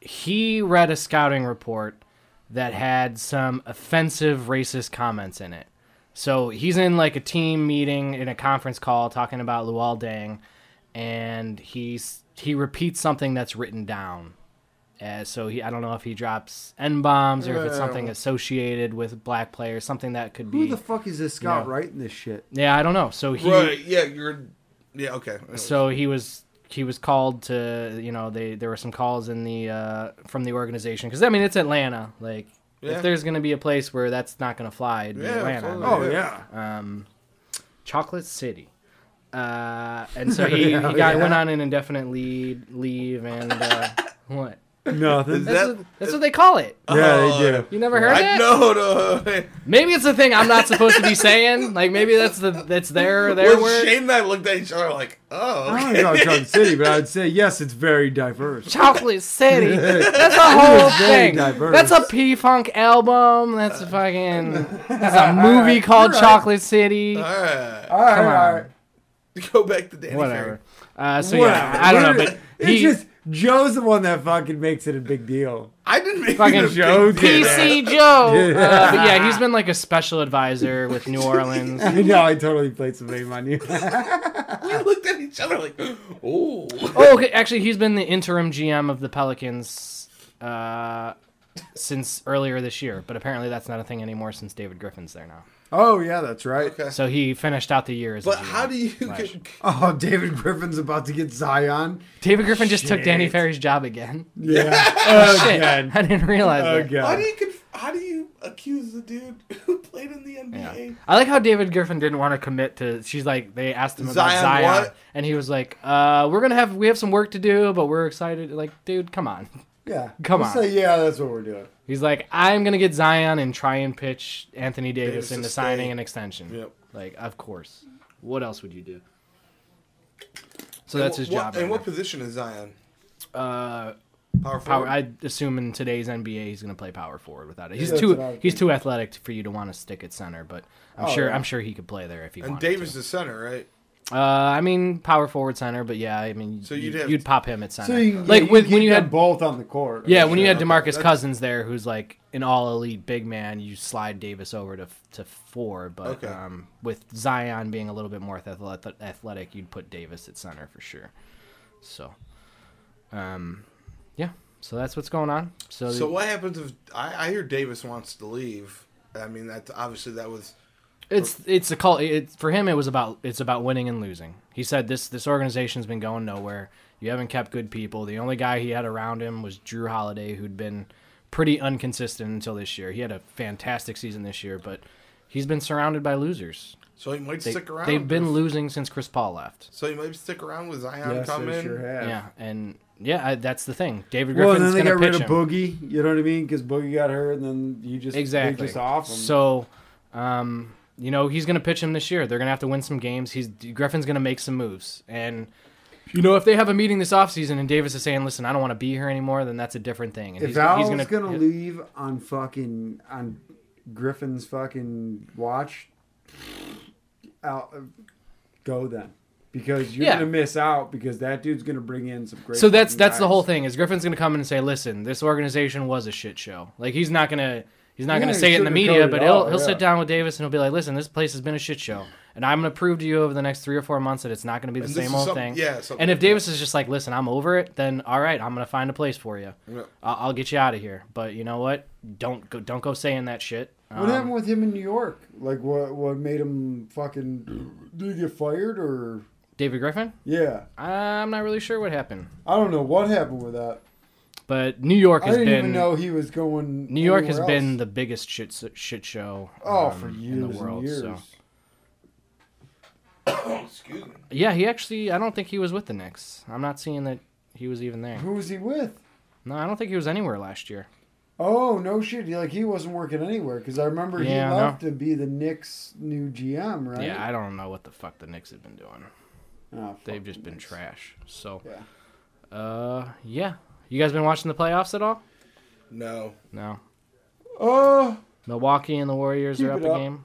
C: He read a scouting report that had some offensive racist comments in it. So he's in like a team meeting in a conference call talking about Luol Dang, and he's he repeats something that's written down. Uh, so he, I don't know if he drops n bombs or if it's
D: Yeah.
C: something associated with black players, something that could
D: Who
C: be.
D: the fuck is this scout
C: No.
D: writing this shit?
C: yeah, I don't know. So he
B: right? Yeah, you're. Yeah, okay. Anyways.
C: so he was he was called to you know they there were some calls in the uh, from the organization because I mean it's Atlanta like
B: Yeah.
C: if there's gonna be a place where that's not gonna fly it'd be
B: Yeah,
C: Atlanta
B: absolutely.
D: Oh
B: Yeah.
D: yeah.
C: Chocolate City uh, and so he, he got went on an indefinite lead leave and uh, what
B: That-
D: Nothing.
C: that's, what, that's what they call it
D: yeah, they
B: Oh.
D: do.
C: you never heard
B: I
C: that
B: know. No.
C: maybe it's a thing I'm not supposed to be saying like maybe that's the that's their their
B: Well,
C: word
B: Shane and I looked at each other like, oh,
D: I
B: okay.
D: don't know about Drug City, but I would say yes, it's very diverse.
C: Chocolate City. That's a whole
D: very
C: thing.
D: diverse.
C: That's a P Funk album. That's a fucking. That's a movie called
D: You're right.
C: Chocolate City.
B: all right.
D: All right,
C: Come
D: all right.
B: Go back to Danny Ferry.
C: Uh, Whatever. Uh, so yeah,
D: Whatever.
C: I don't know,
D: We're-
C: but
D: it's
C: he
D: just Joe's the one that fucking makes it a big deal.
B: I didn't make
C: Fucking
B: it a big
D: Joe
B: deal.
D: did
C: PC Joe.
D: Yeah.
C: Uh, but yeah, he's been like a special advisor with New Orleans.
D: I know I totally played some name on you.
B: We looked at each other like, oh.
C: Oh, okay. actually, he's been the interim GM of the Pelicans. Uh, since earlier this year, but apparently that's not a thing anymore since David Griffin's there now.
D: oh yeah, that's right.
B: Okay.
C: So he finished out the year as. a
B: But
C: GM.
B: how do you get?
D: Oh, David Griffin's about to get Zion.
C: David Griffin just took Danny
D: Shit.
C: Ferry's job again.
D: Yeah.
C: Oh,
D: Oh,
C: Shit,
D: Again.
C: I didn't realize that.
B: How do
D: Again.
B: you conf- How do you accuse the dude who played in the NBA?
C: Yeah. I like how David Griffin didn't want to commit to. She's like, they asked him about
B: Zion
C: Zion,
B: what?
C: and he was like, "Uh, we're gonna have we have some work to do, but we're excited." Like, dude, come on.
D: Yeah.
C: Come
D: We'll
C: on.
D: Say, yeah, that's what we're doing.
C: He's like, "I'm gonna get Zion and try and pitch Anthony Davis
B: Davis to
C: into
B: stay.
C: signing an extension."
B: Yep.
C: Like, of course. What else would you do? So that's his
B: What-
C: job.
B: And
C: right
B: what
C: now.
B: position is Zion?
C: uh,
B: Power
C: power.
B: forward.
C: I assume in today's NBA he's going to play power forward without it. He's
D: Yeah, that's what I
C: too
D: would
C: he's too athletic for you to want to stick at center, but I'm
D: Oh,
C: sure
D: yeah.
C: I'm sure he could play there if he
B: and
C: wanted
B: Davis
C: to.
B: is center, right?
C: Uh, I mean power forward center, but yeah, I mean
B: So
C: you-
B: you'd
C: you'd,
B: have-
C: pop him at center.
D: So you,
C: like
D: you
C: with
D: keep
C: when you
D: them
C: had
D: both on the court.
C: yeah, when you had
B: okay,
C: DeMarcus
B: that's-
C: Cousins there who's like an all elite big man, you slide Davis over to to 4, but
B: Okay.
C: um, with Zion being a little bit more athlet- athletic, you'd put Davis at center for sure. So um yeah, so that's what's going on. So,
B: So what happens if I, I hear Davis wants to leave? I mean, that's obviously that was
C: It's it's a call. It, for him, it was about it's about winning and losing. He said this this organization's been going nowhere. You haven't kept good people. The only guy he had around him was Drew Holiday, who'd been pretty inconsistent until this year. He had a fantastic season this year, but he's been surrounded by losers.
B: so he might
C: They,
B: stick around.
C: they've been losing since Chris Paul left.
B: so he might stick around with Zion
D: Yes,
B: come
D: they
B: in.
D: sure have.
C: Yeah, and yeah, I, that's the thing. David
D: Well,
C: Griffin's
D: and then they
C: going
D: got
C: to
D: rid
C: pitch
D: of
C: him.
D: Boogie. You know what I mean? Because Boogie got hurt, and then you just they
C: Exactly.
D: just off him.
C: So, um, you know, he's going to pitch him this year. They're going to have to win some games. He's Griffin's going to make some moves. And, you know, if they have a meeting this offseason and Davis is saying, listen, I don't want to be here anymore, then that's a different thing. And
D: if
C: he's,
D: Al's
C: he's
D: gonna,
C: gonna-
D: leave on fucking on Griffin's fucking watch, out go then because you're
C: Yeah.
D: gonna miss out because that dude's gonna bring in some great.
C: So that's
D: fucking
C: that's the
D: guys.
C: whole thing is Griffin's going to come in and say, listen, this organization was a shit show. Like, he's not going to. He's not
D: Yeah,
C: going to
D: he
C: say it in the
D: sugarcoated
C: media, but
D: it
C: he'll
D: all,
C: he'll sit
D: yeah.
C: down with Davis and he'll be like, "Listen, this place has been a shit show, and I'm going to prove to you over the next three or four months that it's not going to be the
B: And this
C: same
B: is
C: old
B: some-
C: thing."
B: yeah, something
C: and if
B: like that.
C: Davis is just like, "Listen, I'm over it," then all right, I'm going to find a place for you.
B: Yeah.
C: I'll, I'll get you out of here. But you know what? Don't go. Don't go saying that shit. Um,
D: What happened with him in New York? Like what what made him fucking did he get fired or
C: David Griffin?
D: yeah?
C: I'm not really sure what happened.
D: I don't know what happened with that.
C: But New York
D: I
C: has
D: didn't
C: been
D: even know he was going.
C: New York has
D: anywhere
C: been
D: else.
C: the biggest shit s- shit show
D: oh
C: um,
D: for years
C: in the world.
D: and years.
C: So
B: Excuse me.
C: yeah, he actually I don't think he was with the Knicks. I'm not seeing that he was even there.
D: Who was he with?
C: No, I don't think he was anywhere last year.
D: Oh no shit! He, like he wasn't working anywhere because I remember
C: Yeah, no.
D: he left to be the Knicks' new GM, right?
C: Yeah, I don't know what the fuck the Knicks have been doing.
D: Oh, fuck
C: They've just been
D: Knicks.
C: trash. So
D: Yeah.
C: uh yeah. You guys been watching the playoffs at all?
B: No.
C: No.
D: Oh,
C: Milwaukee and the Warriors
D: Keep
C: are up
D: it
C: a
D: up.
C: game.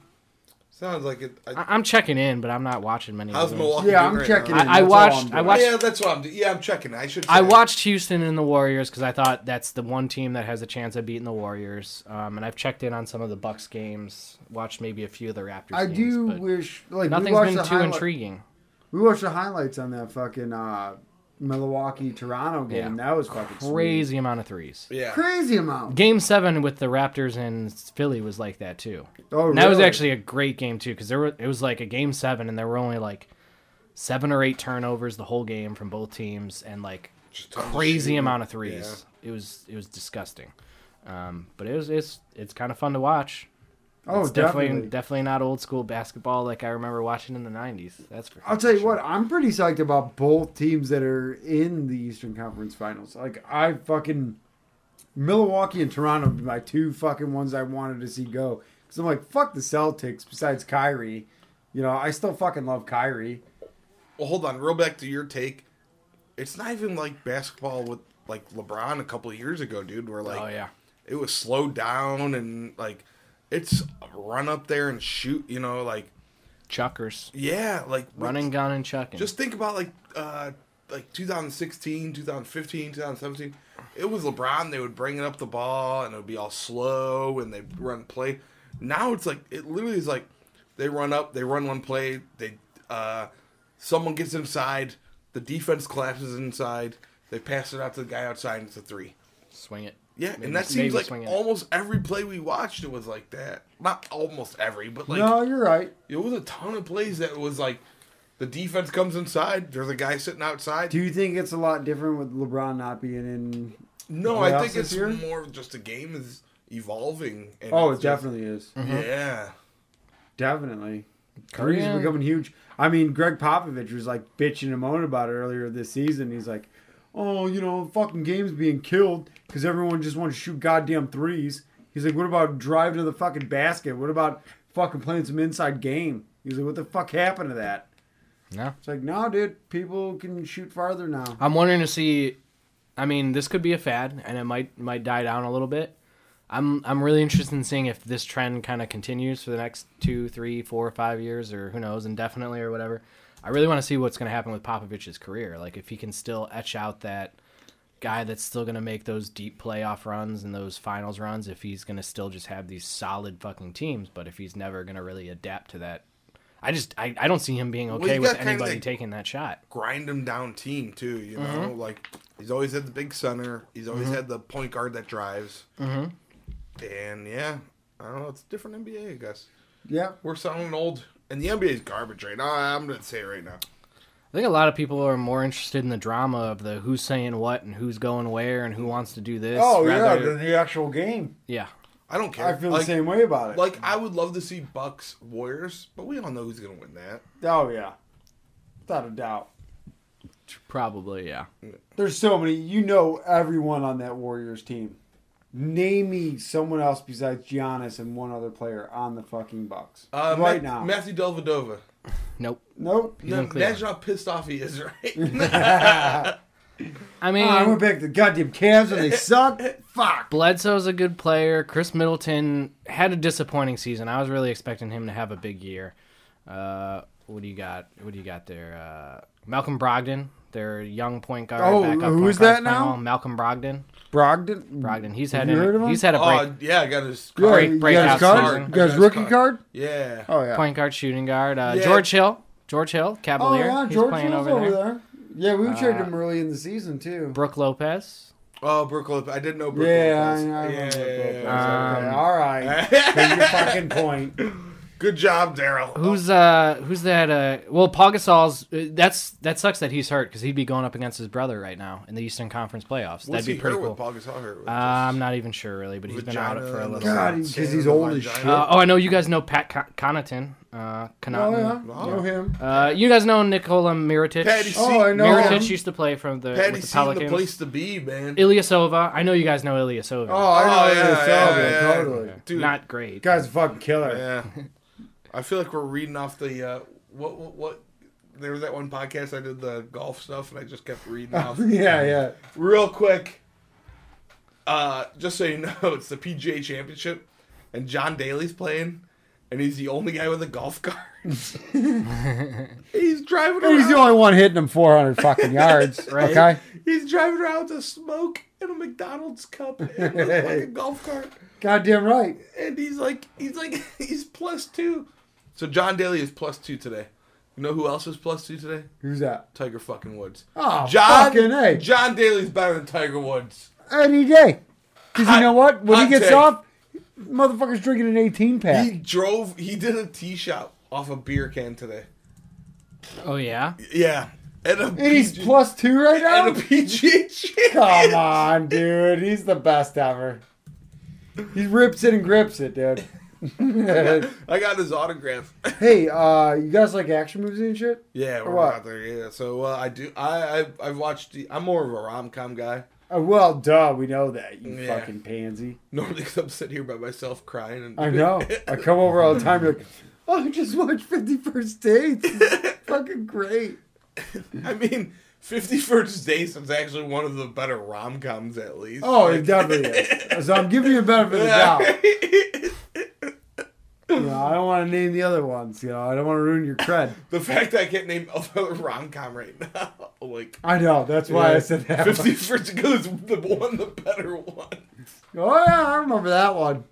B: Sounds like it. I,
C: I- I'm checking in, but I'm not watching many.
B: how's
C: of them.
B: Milwaukee?
D: yeah,
B: doing
D: I'm
B: right
D: checking.
B: now?
D: in.
C: I- I
D: That's all
C: watched-
D: I'm
C: I watched-
B: Yeah, that's what I'm. do- Yeah, I'm checking. I should. Say
C: I
B: that.
C: watched Houston and the Warriors because I thought that's the one team that has a chance of beating the Warriors. Um, and I've checked in on some of the Bucks games, watched maybe a few of the Raptors.
D: I
C: games,
D: do
C: but
D: wish like we
C: Nothing's
D: watched
C: been
D: the
C: too
D: highlight-
C: intriguing.
D: We watched the highlights on that fucking uh, Milwaukee Toronto game.
C: Yeah.
D: That was fucking sweet.
C: Crazy amount of threes.
B: Yeah.
D: crazy amount.
C: Game seven with the Raptors and Philly was like that too.
D: Oh,
C: And that was
D: really?
C: actually a great game too because there were it was like a game seven and there were only like seven or eight turnovers the whole game from both teams and like
B: Just tons of
C: crazy
B: shooting.
C: amount of threes. It was it was disgusting. Um, but it was it's it's kind of fun to watch.
D: oh
C: it's
D: definitely.
C: definitely definitely not old school basketball like I remember watching in the '90s. That's for
D: I'll tell you what, I'm pretty psyched about both teams that are in the Eastern Conference Finals. Like I fucking Milwaukee and Toronto would be my two fucking ones I wanted to see go because I'm like fuck the Celtics. Besides Kyrie, you know I still fucking love Kyrie.
B: Well, hold on. Real back to your take. It's not even like basketball with like LeBron a couple of years ago, dude. Where like,
C: Oh yeah,
B: it was slowed down and like, it's run up there and shoot. You know, like,
C: chuckers,
B: yeah, like
C: running gun and chucking.
B: Just think about like uh like 2016, 2015, 2017. It was LeBron. They would bring it up the ball and it would be all slow and they would run play. Now it's like it literally is like they run up, they run one play, they uh someone gets inside, the defense collapses inside, they pass it out to the guy outside and it's a three.
C: swing it.
B: Yeah,
C: Maybe-
B: and that
C: maybe
B: seems like
C: swing it.
B: almost every play we watched it was like that. Not almost every, but like
D: no, you're right.
B: it was a ton of plays that was like the defense comes inside, there's a guy sitting outside.
D: Do you think it's a lot different with LeBron not being in?
B: no,
D: playoffs
B: I think
D: this
B: it's
D: year?
B: more just the game is evolving. And
D: Oh, it
B: it's just-
D: definitely Uh-huh. is.
B: Yeah.
D: Definitely. Curry's
C: Yeah.
D: becoming huge. I mean, Greg Popovich was like bitching and moaning about it earlier this season. He's like, "Oh, you know, fucking games being killed because everyone just wants to shoot goddamn threes." He's like, "What about driving to the fucking basket? What about fucking playing some inside game?" He's like, "What the fuck happened to that?"
C: No.
D: It's like, "No, dude, people can shoot farther now."
C: I'm wondering to see. I mean, this could be a fad, and it might might die down a little bit. I'm I'm really interested in seeing if this trend kind of continues for the next two, three, four, five years, or who knows, indefinitely or whatever. I really want to see what's going to happen with Popovich's career. Like if he can still etch out that guy that's still going to make those deep playoff runs and those finals runs. If he's going to still just have these solid fucking teams, but if he's never going to really adapt to that, I just I, I don't see him being
B: you
C: okay
B: got
C: with
B: kinda
C: anybody
B: like-
C: taking that shot.
B: Grind him down team too, you know? Like he's always had the big center. He's always had the point guard that drives. Mm-hmm. And yeah, I don't know, it's a different NBA, I guess.
D: Yeah,
B: We're sounding old and the NBA is garbage right now. I'm gonna say it right now.
C: I think a lot of people are more interested in the drama of the who's saying what and who's going where and who wants to do this. rather-
D: Oh, the actual game.
C: yeah.
B: I don't care.
D: I feel
B: like,
D: the same way about it.
B: Like I would love to see Bucks Warriors, but we all know who's gonna win that.
D: oh yeah, without a doubt.
C: Probably, yeah.
D: There's so many. You know everyone on that Warriors team. Name me someone else besides Giannis and one other player on the fucking Bucks
B: Uh,
D: right
B: Ma-
D: now.
B: Matthew Delvedova.
C: Nope.
D: nope.
C: He's in
B: No,
C: Cleveland.
B: that's how pissed off he is, right?
C: I mean,
D: Oh, I went back to the goddamn Cavs and they suck. Fuck.
C: Bledsoe's a good player. Chris Middleton had a disappointing season. I was really expecting him to have a big year. Uh, what do you got? What do you got there? Uh, Malcolm Brogdon, their young point guard.
D: Oh,
C: backup point
D: who's
C: guard,
D: that
C: playing
D: now?
C: well. Malcolm Brogdon.
D: Brogdon.
C: Brogdon. He's
D: Have
C: had
D: you
C: an-
D: heard of him?
C: he's had a break,
B: oh yeah, I got his
C: Break-
D: Yeah, you
C: breakout
D: guys card?
C: season.
D: You guys
B: Guys
D: rookie
B: card.
D: card?
B: Yeah.
D: Oh yeah.
C: point guard, shooting guard. Uh,
B: Yeah.
C: George Hill. George Hill,
D: oh
C: Cavalier.
D: yeah.
C: he's
D: George
C: playing
D: Hill's
C: over,
D: over
C: there.
D: there. Yeah, we traded
C: Uh,
D: him early in the season too.
C: Brooke Lopez.
B: Oh, Brook Lopez. I didn't know Brook
D: yeah, I, I
B: Lopez.
D: remember.
B: yeah,
D: Brooke Lopez.
B: yeah,
C: yeah.
D: Okay,
C: Um,
D: all right. Make your fucking point.
B: yeah. Good job, Daryl.
C: Who's uh who's that uh well Paul Gasol's uh, that's that sucks that he's hurt because he'd be going up against his brother right now in the Eastern Conference playoffs.
B: What's
C: That'd be
B: he
C: pretty
B: hurt
C: cool.
B: with? Paul Gasol hurt with?
C: Uh, I'm not even sure really, but he's been out
B: Vagina
C: for a
B: and
C: little.
D: God,
B: sand
D: because he's
B: and
D: old as
B: vagina.
D: shit.
C: Uh, oh, I know you guys know Pat Con- Connaughton. Uh,
D: Oh,
C: Connaughton.
D: yeah.
B: Wow.
D: Know him.
C: Uh, you guys know Nikola Mirotic.
B: Patty C.
D: Oh, I know
C: Mirotic
D: him.
C: used to play from the
B: Patty
C: with the
B: C. The
C: Pelicans.
B: place to be, man.
C: Ilyasova. I know you guys know Ilyasova.
D: Oh, I know
B: Oh,
D: him.
B: yeah, yeah, yeah.
D: totally.
B: Dude,
C: Not great.
D: Guy's a fucking killer.
B: yeah. I feel like we're reading off the uh, what, what what. There was that one podcast I did the golf stuff, and I just kept reading off.
D: Oh, yeah, yeah.
B: real quick, uh, just so you know, it's the PGA Championship, and John Daly's playing, and he's the only guy with a golf cart. he's driving around.
D: He's the only one hitting him 400 fucking yards.
C: Right.
D: Okay.
B: He's driving around with a smoke and a McDonald's cup and a fucking golf cart,
D: Goddamn right.
B: and he's like, he's like, he's plus two. So John Daly is plus two today. You know who else is plus two today?
D: Who's that?
B: Tiger fucking Woods.
D: Oh,
B: John,
D: fucking A.
B: John Daly's better than Tiger Woods.
D: Any day. Because you
B: Hot-
D: know what? When he
B: hot
D: gets
B: take.
D: off, motherfucker's drinking an 18 pack.
B: He drove. He did a tee shot off a beer can today.
C: Oh yeah.
B: Yeah, and a
D: and he's
B: PG
D: plus two right now?
B: and a PGA
D: Come
B: champion.
D: on, dude. He's the best ever. He rips it and grips it, dude.
B: I got his autograph.
D: hey, uh, you guys like action movies and shit?
B: yeah, we're
D: What?
B: out there. Yeah, so uh, I do. I I I've watched. The, I'm more of a rom com guy.
D: Uh, well, duh, we know that, you
B: Yeah.
D: fucking pansy.
B: Normally, 'cause I'm sitting here by myself crying. And
D: I know. I come over all the time. You're like, oh, I just watched Fifty First Dates. It's fucking great.
B: I mean, Fifty First Dates is actually one of the better rom coms, at least.
D: Oh, it definitely is. So I'm giving you a benefit of the doubt. You know, I don't want to name the other ones. You know, I don't want to ruin your cred.
B: the fact that I can't name another rom com right now, like. uh,
D: I know. That's why I said that.
B: Fifty First goes the one, the better one.
D: Oh yeah, I remember that one.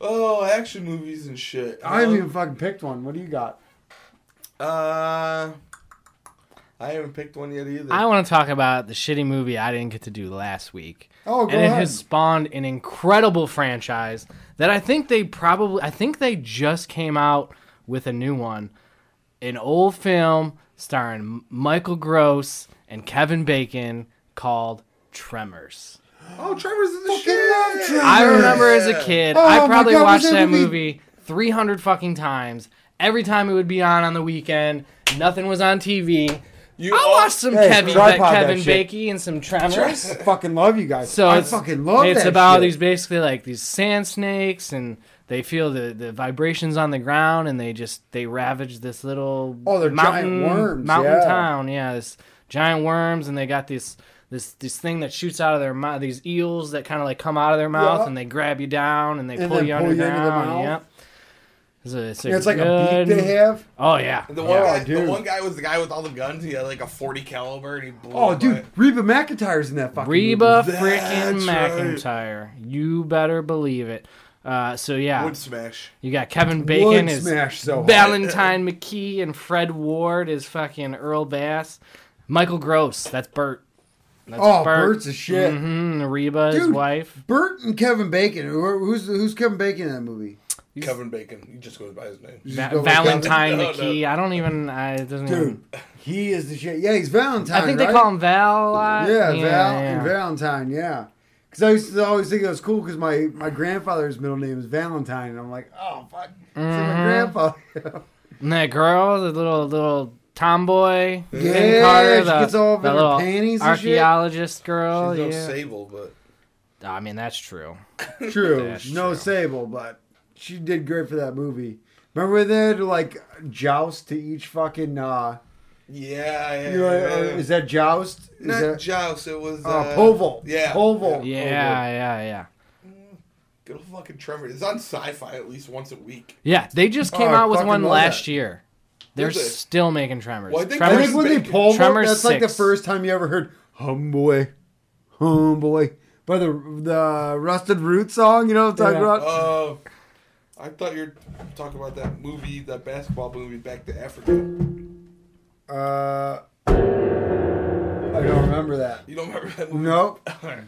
B: Oh, action movies and shit. Um,
D: I haven't even fucking picked one. What do you got?
B: Uh, I haven't picked one yet either.
C: I want to talk about the shitty movie I didn't get to do last week.
D: Oh, go
C: and it
D: ahead.
C: has spawned an incredible franchise that I think they probably I think they just came out with a new one. An old film starring M- Michael Gross and Kevin Bacon called Tremors.
B: oh, Trevor's in the
D: Fucking
B: shit.
D: love Tremors.
C: I remember as a kid,
D: Oh
C: I
D: my
C: probably
D: God,
C: watched
D: was
C: that
D: that movie-
C: movie 300 fucking times. Every time it would be on on the weekend, nothing was on TV.
B: You
C: I
B: all-
C: watched some
D: Hey,
C: Kevin,
D: tripod that
C: Kevin
D: shit.
C: Bakey and some Tremors.
D: I fucking love you guys.
C: So
D: I
C: it's,
D: fucking love
C: It's
D: that
C: about
D: shit.
C: these basically like these sand snakes, and they feel the, the vibrations on the ground, and they just they ravage this little
D: Oh, they're
C: mountain
D: giant worms,
C: mountain
D: yeah.
C: town. Yeah, this giant worms, and they got this this this thing that shoots out of their mouth. These eels that kind of like come out of their mouth,
D: Yeah.
C: and they grab you down, and they
D: And
C: pull
D: then
C: you
D: pull you into the
C: underground.
D: mouth.
C: Yep. It's, a, it's, a
D: Yeah, it's like a
C: good-
D: beat they have.
C: Oh yeah.
B: The one, guy,
C: yeah.
B: the
D: dude.
B: one guy was the guy with all the guns. He had like a forty caliber, and he blew.
D: Oh,
B: up
D: dude,
B: my-
D: Reba McIntyre's in that fucking
C: Reba
B: That's
C: freaking
B: right.
C: McIntyre. You better believe it. Uh, so yeah,
B: wood smash.
C: You got Kevin
D: movie.
C: Bacon
D: Would
C: is
D: smash so hard.
C: Valentine McKee and Fred Ward is fucking Earl Bass. Michael Gross, that's Bert. That's
D: Oh, Bert's a shit.
B: Mm-hmm.
C: hmm Reba, his
D: Dude.
C: wife.
D: Bert and Kevin Bacon. Who are, who's who's Kevin Bacon in that movie?
B: Kevin Bacon. He just goes by his name.
D: Just
C: Va-
D: go with
C: Valentine
B: No, no.
C: McKee. I don't even. I it doesn't
D: Dude,
C: even.
D: he is the shit. Yeah, he's Valentine.
C: I think they
D: right?
C: call him Val. a lot.
D: Yeah, Val
C: yeah.
D: and Valentine. Yeah, because I used to always think it was cool because my my grandfather's middle name is Valentine, and I'm like, oh fuck, it's like my
C: Mm-hmm.
D: grandfather.
C: And that girl, the little little tomboy.
D: Yeah,
C: Lynn Carter,
D: she
C: the-
D: gets all up
C: the
D: in her
C: little
D: panties and shit.
C: Archaeologist girl.
D: Oh,
B: He's no
C: yeah.
B: Sable, but
C: I mean, that's true.
D: true,
C: That's
D: no
C: true.
D: Sable, but she did great for that movie. Remember when they had to like joust to each fucking. uh
B: yeah, yeah.
D: you know, uh,
B: yeah, yeah.
D: Is that joust? Is
B: not
D: that
B: Joust. It was uh,
D: uh, pole vault?
B: Yeah,
D: pole vault.
C: Yeah, yeah, yeah.
B: Good old fucking Tremor. It's on Sci-Fi at least once a week.
C: Yeah, they just came
D: Oh, I
C: out with
D: fucking
C: one
D: love
C: Last
D: that.
C: year. They're
B: Did they?
C: still making Tremors.
B: Well, I think-
D: I
C: Tremors
D: think when they
B: Bacon.
D: pole vault,
C: Tremors
D: that's like the
C: six.
D: first time you ever heard "Homeboy, Homeboy" by the the Rusted Root song. You know what I'm talking
C: Yeah.
D: about?
B: Oh, I thought you were talking about that movie, that basketball movie, Back to Africa.
D: Uh, I don't remember that.
B: You don't remember that movie?
D: Nope.
B: Alright.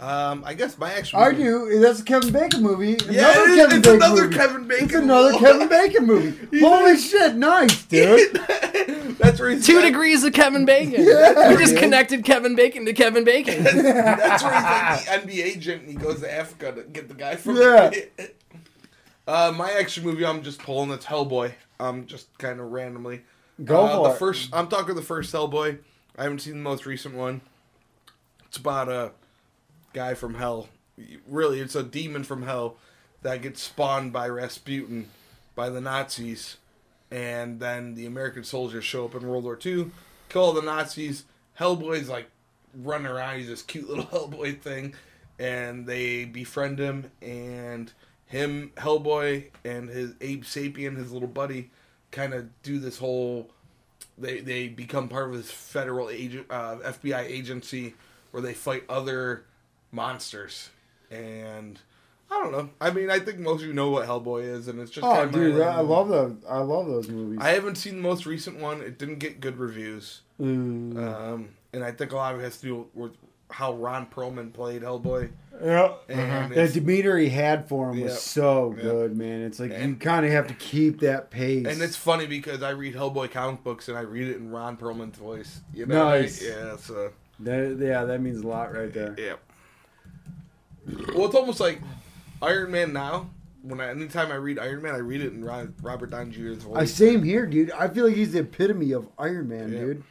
B: Um, I guess my actual.
D: Are you? That's a Kevin Bacon movie.
B: Yeah, it is. It's another Kevin
D: It's
B: Bacon
D: another
B: role.
D: Kevin Bacon movie. Holy shit! Nice, dude.
B: That's where he's
C: Two
B: like-
C: degrees of Kevin Bacon.
D: Yeah,
C: we just
D: dude.
C: connected Kevin Bacon to Kevin Bacon.
B: That's where he's like the NBA agent, and he goes to Africa to get the guy from.
D: Yeah.
B: Uh, my action movie, I'm just pulling. That's Hellboy. I'm just kind of randomly.
D: Go
B: uh,
D: for
B: the
D: it.
B: First, I'm talking the first Hellboy. I haven't seen the most recent one. It's about a guy from hell. Really, it's a demon from hell that gets spawned by Rasputin by the Nazis, and then the American soldiers show up in World War II, kill all the Nazis. Hellboy's like running around. He's this cute little Hellboy thing, and they befriend him. And him, Hellboy, and his Abe Sapien, his little buddy, kind of do this whole they they become part of this federal agent uh, FBI agency where they fight other monsters and I don't know. I mean, I think most of you know what Hellboy is, and it's just
D: Oh,
B: kinda my
D: dude, I
B: random-
D: love those. I love those movies.
B: I haven't seen the most recent one. It didn't get good reviews,
D: Mm.
B: um, and I think a lot of it has to do with how Ron Perlman played Hellboy.
D: Mm-hmm. yeah.
B: And
D: The
B: it's,
D: demeanor he had for him
B: Yep.
D: was so
B: Yep.
D: good, man. It's like you
B: And-
D: kind of have to keep that pace.
B: and it's funny because I read Hellboy comic books and I read it in Ron Perlman's voice. You know,
D: Nice.
B: yeah. uh, So
D: That- yeah, that means a lot right there.
B: Yeah. Well, it's almost like Iron Man now. When I, anytime I read Iron Man, I read it in Ro- Robert Downey Jr.'s
D: I
B: voice.
D: same here, dude. I feel like he's the epitome of Iron Man,
B: Yeah.
D: dude.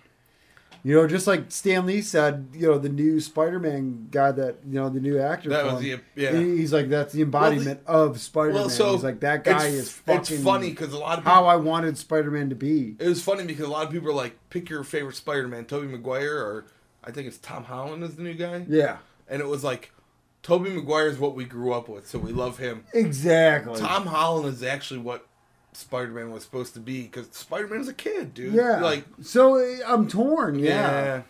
D: You know, just like Stan Lee said, you know, the new Spider-Man guy that you know, the new actor.
B: That
D: for
B: was
D: him,
B: the- yeah.
D: he- He's like that's the embodiment of Spider-Man.
B: well, so
D: he's like that guy
B: it's,
D: is fucking.
B: It's funny because a lot of people,
D: how I wanted Spider-Man to be.
B: it was funny because a lot of people are like, pick your favorite Spider-Man, Tobey Maguire, or I think it's Tom Holland is the new guy,
D: Yeah,
B: and it was like, Tobey Maguire is what we grew up with, so we love him.
D: exactly.
B: Tom Holland is actually what Spider-Man was supposed to be because Spider-Man's a kid, dude.
D: yeah,
B: like
D: so eh, I'm torn. Yeah.
B: Yeah.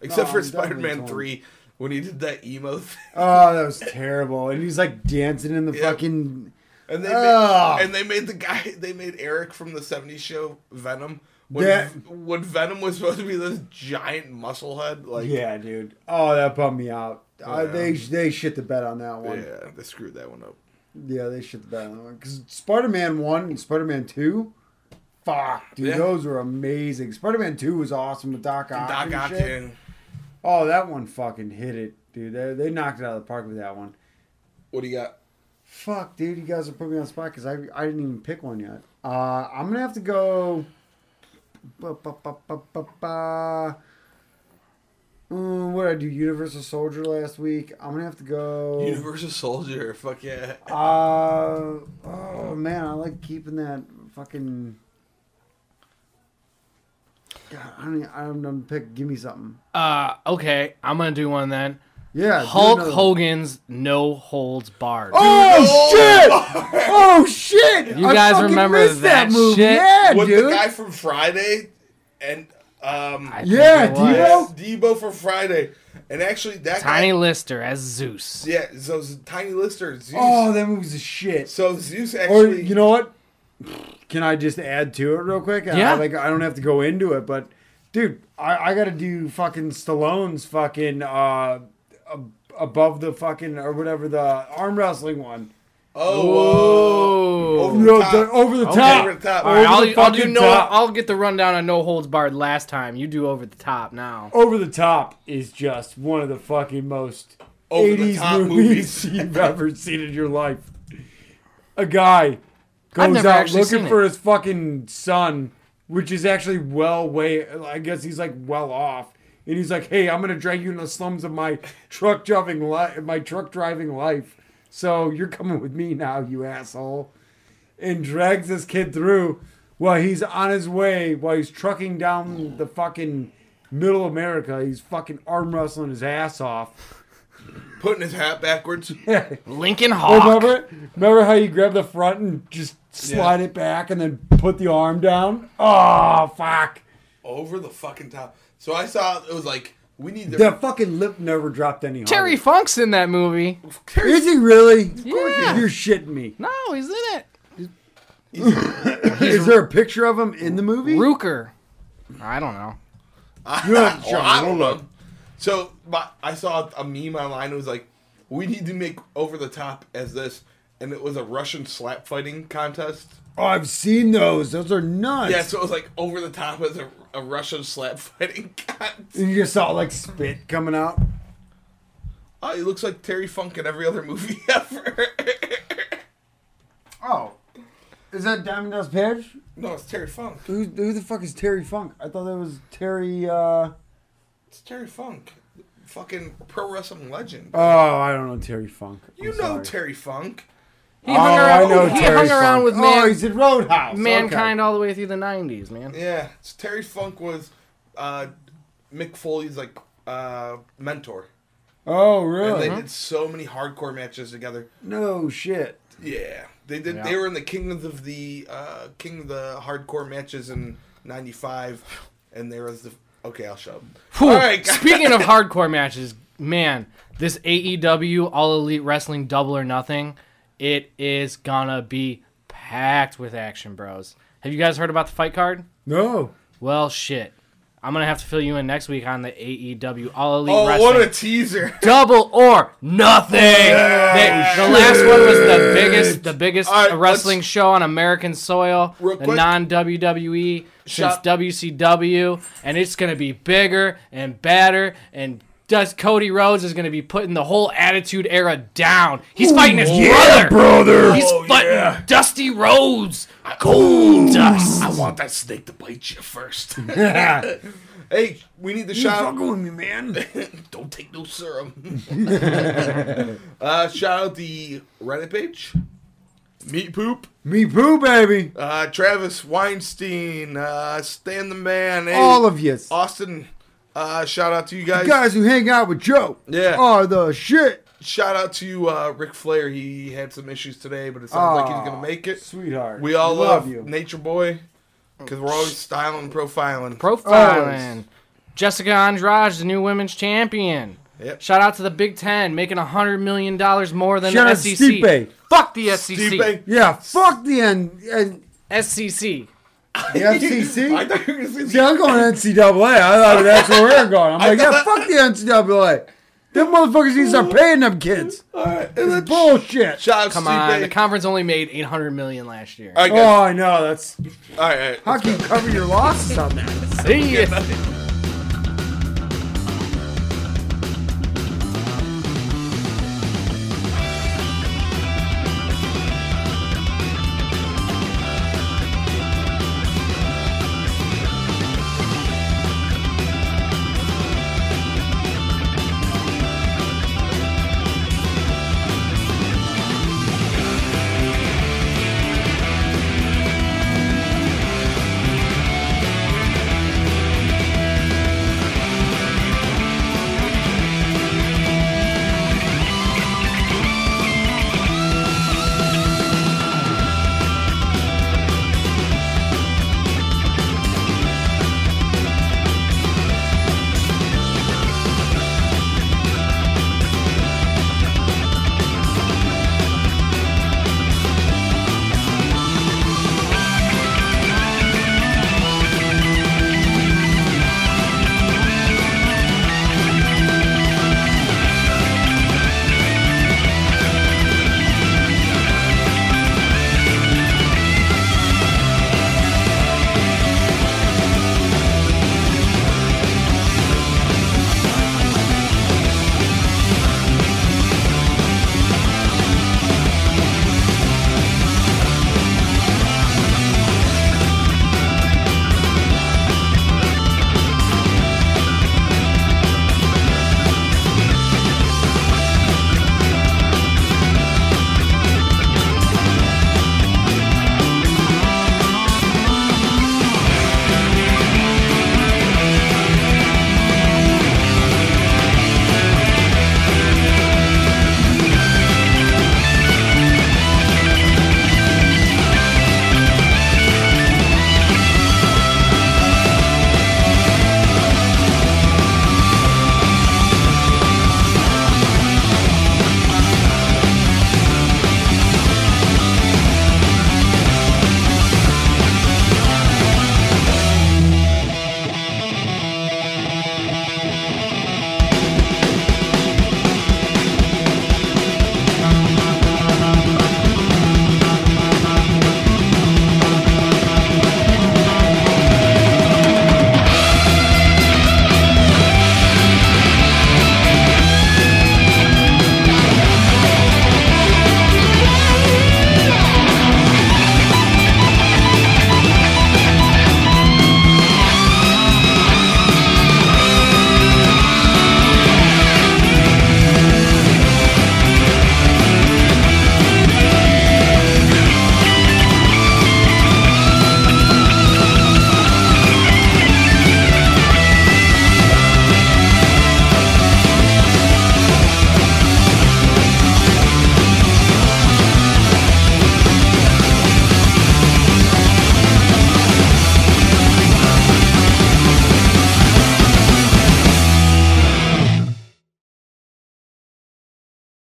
B: Except
D: No,
B: for
D: I'm definitely
B: Spider Man
D: torn.
B: 3 when he did that emo thing.
D: Oh, that was terrible. And he's like dancing in the
B: Yeah.
D: fucking.
B: And they,
D: Ugh.
B: made, and they made the guy, they made Eric from the 70s show Venom. When,
D: That-
B: when Venom was supposed to be this giant muscle head. Like,
D: Yeah, dude. Oh, that bummed me out. I,
B: Yeah.
D: they they shit the bed on that one.
B: yeah, they screwed that one up.
D: Yeah, they should have been on that one. Because Spider Man 1 and Spider Man 2, fuck, dude,
B: Yeah.
D: those were amazing. Spider Man 2 was awesome with Doc Ock.
B: Doc
D: and
B: Ock
D: shit.
B: and-
D: Oh, that one fucking hit it, dude. They, they knocked it out of the park with that one.
B: What do you got?
D: Fuck, dude, you guys are putting me on the spot because I, I didn't even pick one yet. Uh, I'm going to have to go. Ba, ba, ba, ba, ba, ba. Mm, what did I do? Universal Soldier last week. I'm going to have to go.
B: Universal Soldier. Fuck yeah.
D: Uh, oh man, I like keeping that fucking. God, I don't. e, I don't know. Pick. Give me something.
C: Uh, okay, I'm gonna do one then.
D: Yeah. do
C: Hulk
D: another one.
C: Hogan's No Holds Barred.
D: Oh shit! Oh shit!
C: You
D: I
C: guys
D: fucking
C: remember
D: missed
C: that
D: movie.
C: shit?
D: Yeah,
B: With
D: dude.
B: the guy from Friday and, um,
C: I think
D: Yeah,
C: it was.
D: Debo?
B: Debo from Friday. And actually, that
C: Tiny
B: guy.
C: Lister as Zeus.
B: Yeah, so Tiny Lister, Zeus.
D: oh, that movie's a shit.
B: So Zeus
D: Or
B: actually.
D: you know what? Can I just add to it real quick? I-
C: Yeah.
D: I, like I don't have to go into it, but dude, I, I got to do fucking Stallone's fucking uh ab- above the fucking or whatever the arm wrestling one.
B: Oh,
C: Whoa.
B: Over the
D: No,
B: top.
D: the- over the
B: Okay.
D: top.
B: Over the top.
D: Over
C: All right,
D: the
C: I'll, I'll do
D: fucking
C: no.
D: top.
C: I'll get the rundown on No Holds Barred last time. You do over the top now.
D: Over the top is just one of the fucking most
B: Over the
D: 80s
B: top
D: movies
B: movies.
D: you've ever seen in your life. A guy
C: I've
D: goes
C: never
D: out
C: actually
D: looking
C: seen
D: for
C: it.
D: his fucking son, which is actually well way. I guess he's like well off, and he's like, "Hey, I'm gonna drag you in the slums of my truck driving life, my truck driving life. So you're coming with me now, you asshole." and drags this kid through while he's on his way, while he's trucking down the fucking middle America. He's fucking arm wrestling his ass off.
B: putting his hat backwards.
C: Lincoln
D: Oh,
C: Hawk.
D: remember, remember how you grab the front and just slide it back and then put the arm down? Oh, fuck.
B: over the fucking top. So I saw it was like we need to.
D: That fucking lip never dropped any harder.
C: Terry Funk's in that movie.
B: Terry-
D: Is he really?
C: Yeah.
D: You're shitting me.
C: No, he's in it.
D: Is there a picture of him in the movie?
C: Rooker. I don't know.
B: I,
D: You're not
B: I don't
D: John Rolo.
B: know. So my, I saw a meme online. It was like we need to make over the top as this, and it was a Russian slap fighting contest.
D: Oh, I've seen those. Those are nuts.
B: Yeah, so it was like over the top as a, a Russian slap fighting contest.
D: and you just saw like spit coming out.
B: Oh, he looks like Terry Funk in every other movie ever.
D: Oh, is that Diamond Dust Page?
B: no, it's Terry Funk.
D: Who, who the fuck is Terry Funk? I thought that was Terry. uh
B: It's Terry Funk, fucking pro wrestling legend.
D: Oh, I don't know Terry Funk. I'm
B: you know
D: sorry.
B: Terry Funk.
C: He hung
D: oh,
C: around,
D: I know
C: he
D: Terry
C: hung around
D: Funk.
C: with man,
D: Oh, he's in Roadhouse.
C: mankind
D: Okay.
C: all the way through the 90s, man.
B: Yeah, it's Terry Funk was uh, Mick Foley's like uh, mentor,
D: Oh,
B: and
D: really?
B: they did so many hardcore matches together.
D: No shit.
B: Yeah, they did. They
C: Yeah.
B: were in the kingdoms of the uh, king of the hardcore matches in '95, and there was the okay. I'll show. 'em.
C: Whew.
B: All right, guys.
C: Speaking of hardcore matches, man, this AEW All Elite Wrestling Double or Nothing, it is gonna be packed with action, bros. Have you guys heard about the fight card?
D: No.
C: Well, shit. I'm gonna have to fill you in next week on the AEW All Elite
B: Oh,
C: Wrestling
B: what a teaser!
C: Double or Nothing. They- the last one was the biggest, the biggest
B: All right,
C: wrestling
B: let's-
C: show on American soil,
B: Real
C: the
B: quick.
C: non WWE since
B: Shop-
C: WCW, and it's gonna be bigger and badder and. Does Cody Rhodes is going to be putting the whole Attitude Era down? He's fighting his brother.
D: brother.
C: He's
B: Oh,
C: fighting
B: yeah.
C: Dusty Rhodes. Cold dust.
B: I want that snake to bite you first. hey, we need the shout.
D: with me, man.
B: Don't take no serum. uh, shout out the Reddit page, Meat Poop,
D: me poo, baby.
B: uh, Travis Weinstein, uh, Stan the Man, hey,
D: All of you.
B: Austin. Uh, shout out to you guys.
D: guys who hang out with Joe
B: Yeah.
D: are the shit.
B: Shout out to uh, Ric Flair. He had some issues today, but it sounds like he's
D: Aw,
B: gonna make it.
D: Sweetheart.
B: We all
D: We
B: love,
D: love you.
B: Nature Boy because we're always styling, and profiling.
C: Profiling. Jessica Andrade, the new women's champion.
B: Yep.
C: Shout out to the Big Ten, making $100 million more than
D: Shout
C: the
D: out
B: E
C: SEC.
D: Stipe.
C: Fuck the E SEC.
B: Stipe.
D: Yeah, fuck the N- N-
C: SEC.
D: the
B: I
D: FCC.
B: thought you were gonna
D: See,
B: say
D: I'm going NCAA. I thought that's where we're going. I'm like, yeah, fuck the NCAA. Them motherfuckers need to start paying them kids.
B: All right, and then
D: Bullshit.
B: shout out
C: Come
B: to
C: on, the
B: Stipe.
C: conference only made 800 million last year.
B: All right, guys.
D: Oh, I know. That's
B: All right, all right.
D: how can you cover your losses on that?
C: See ya.
B: Let's go.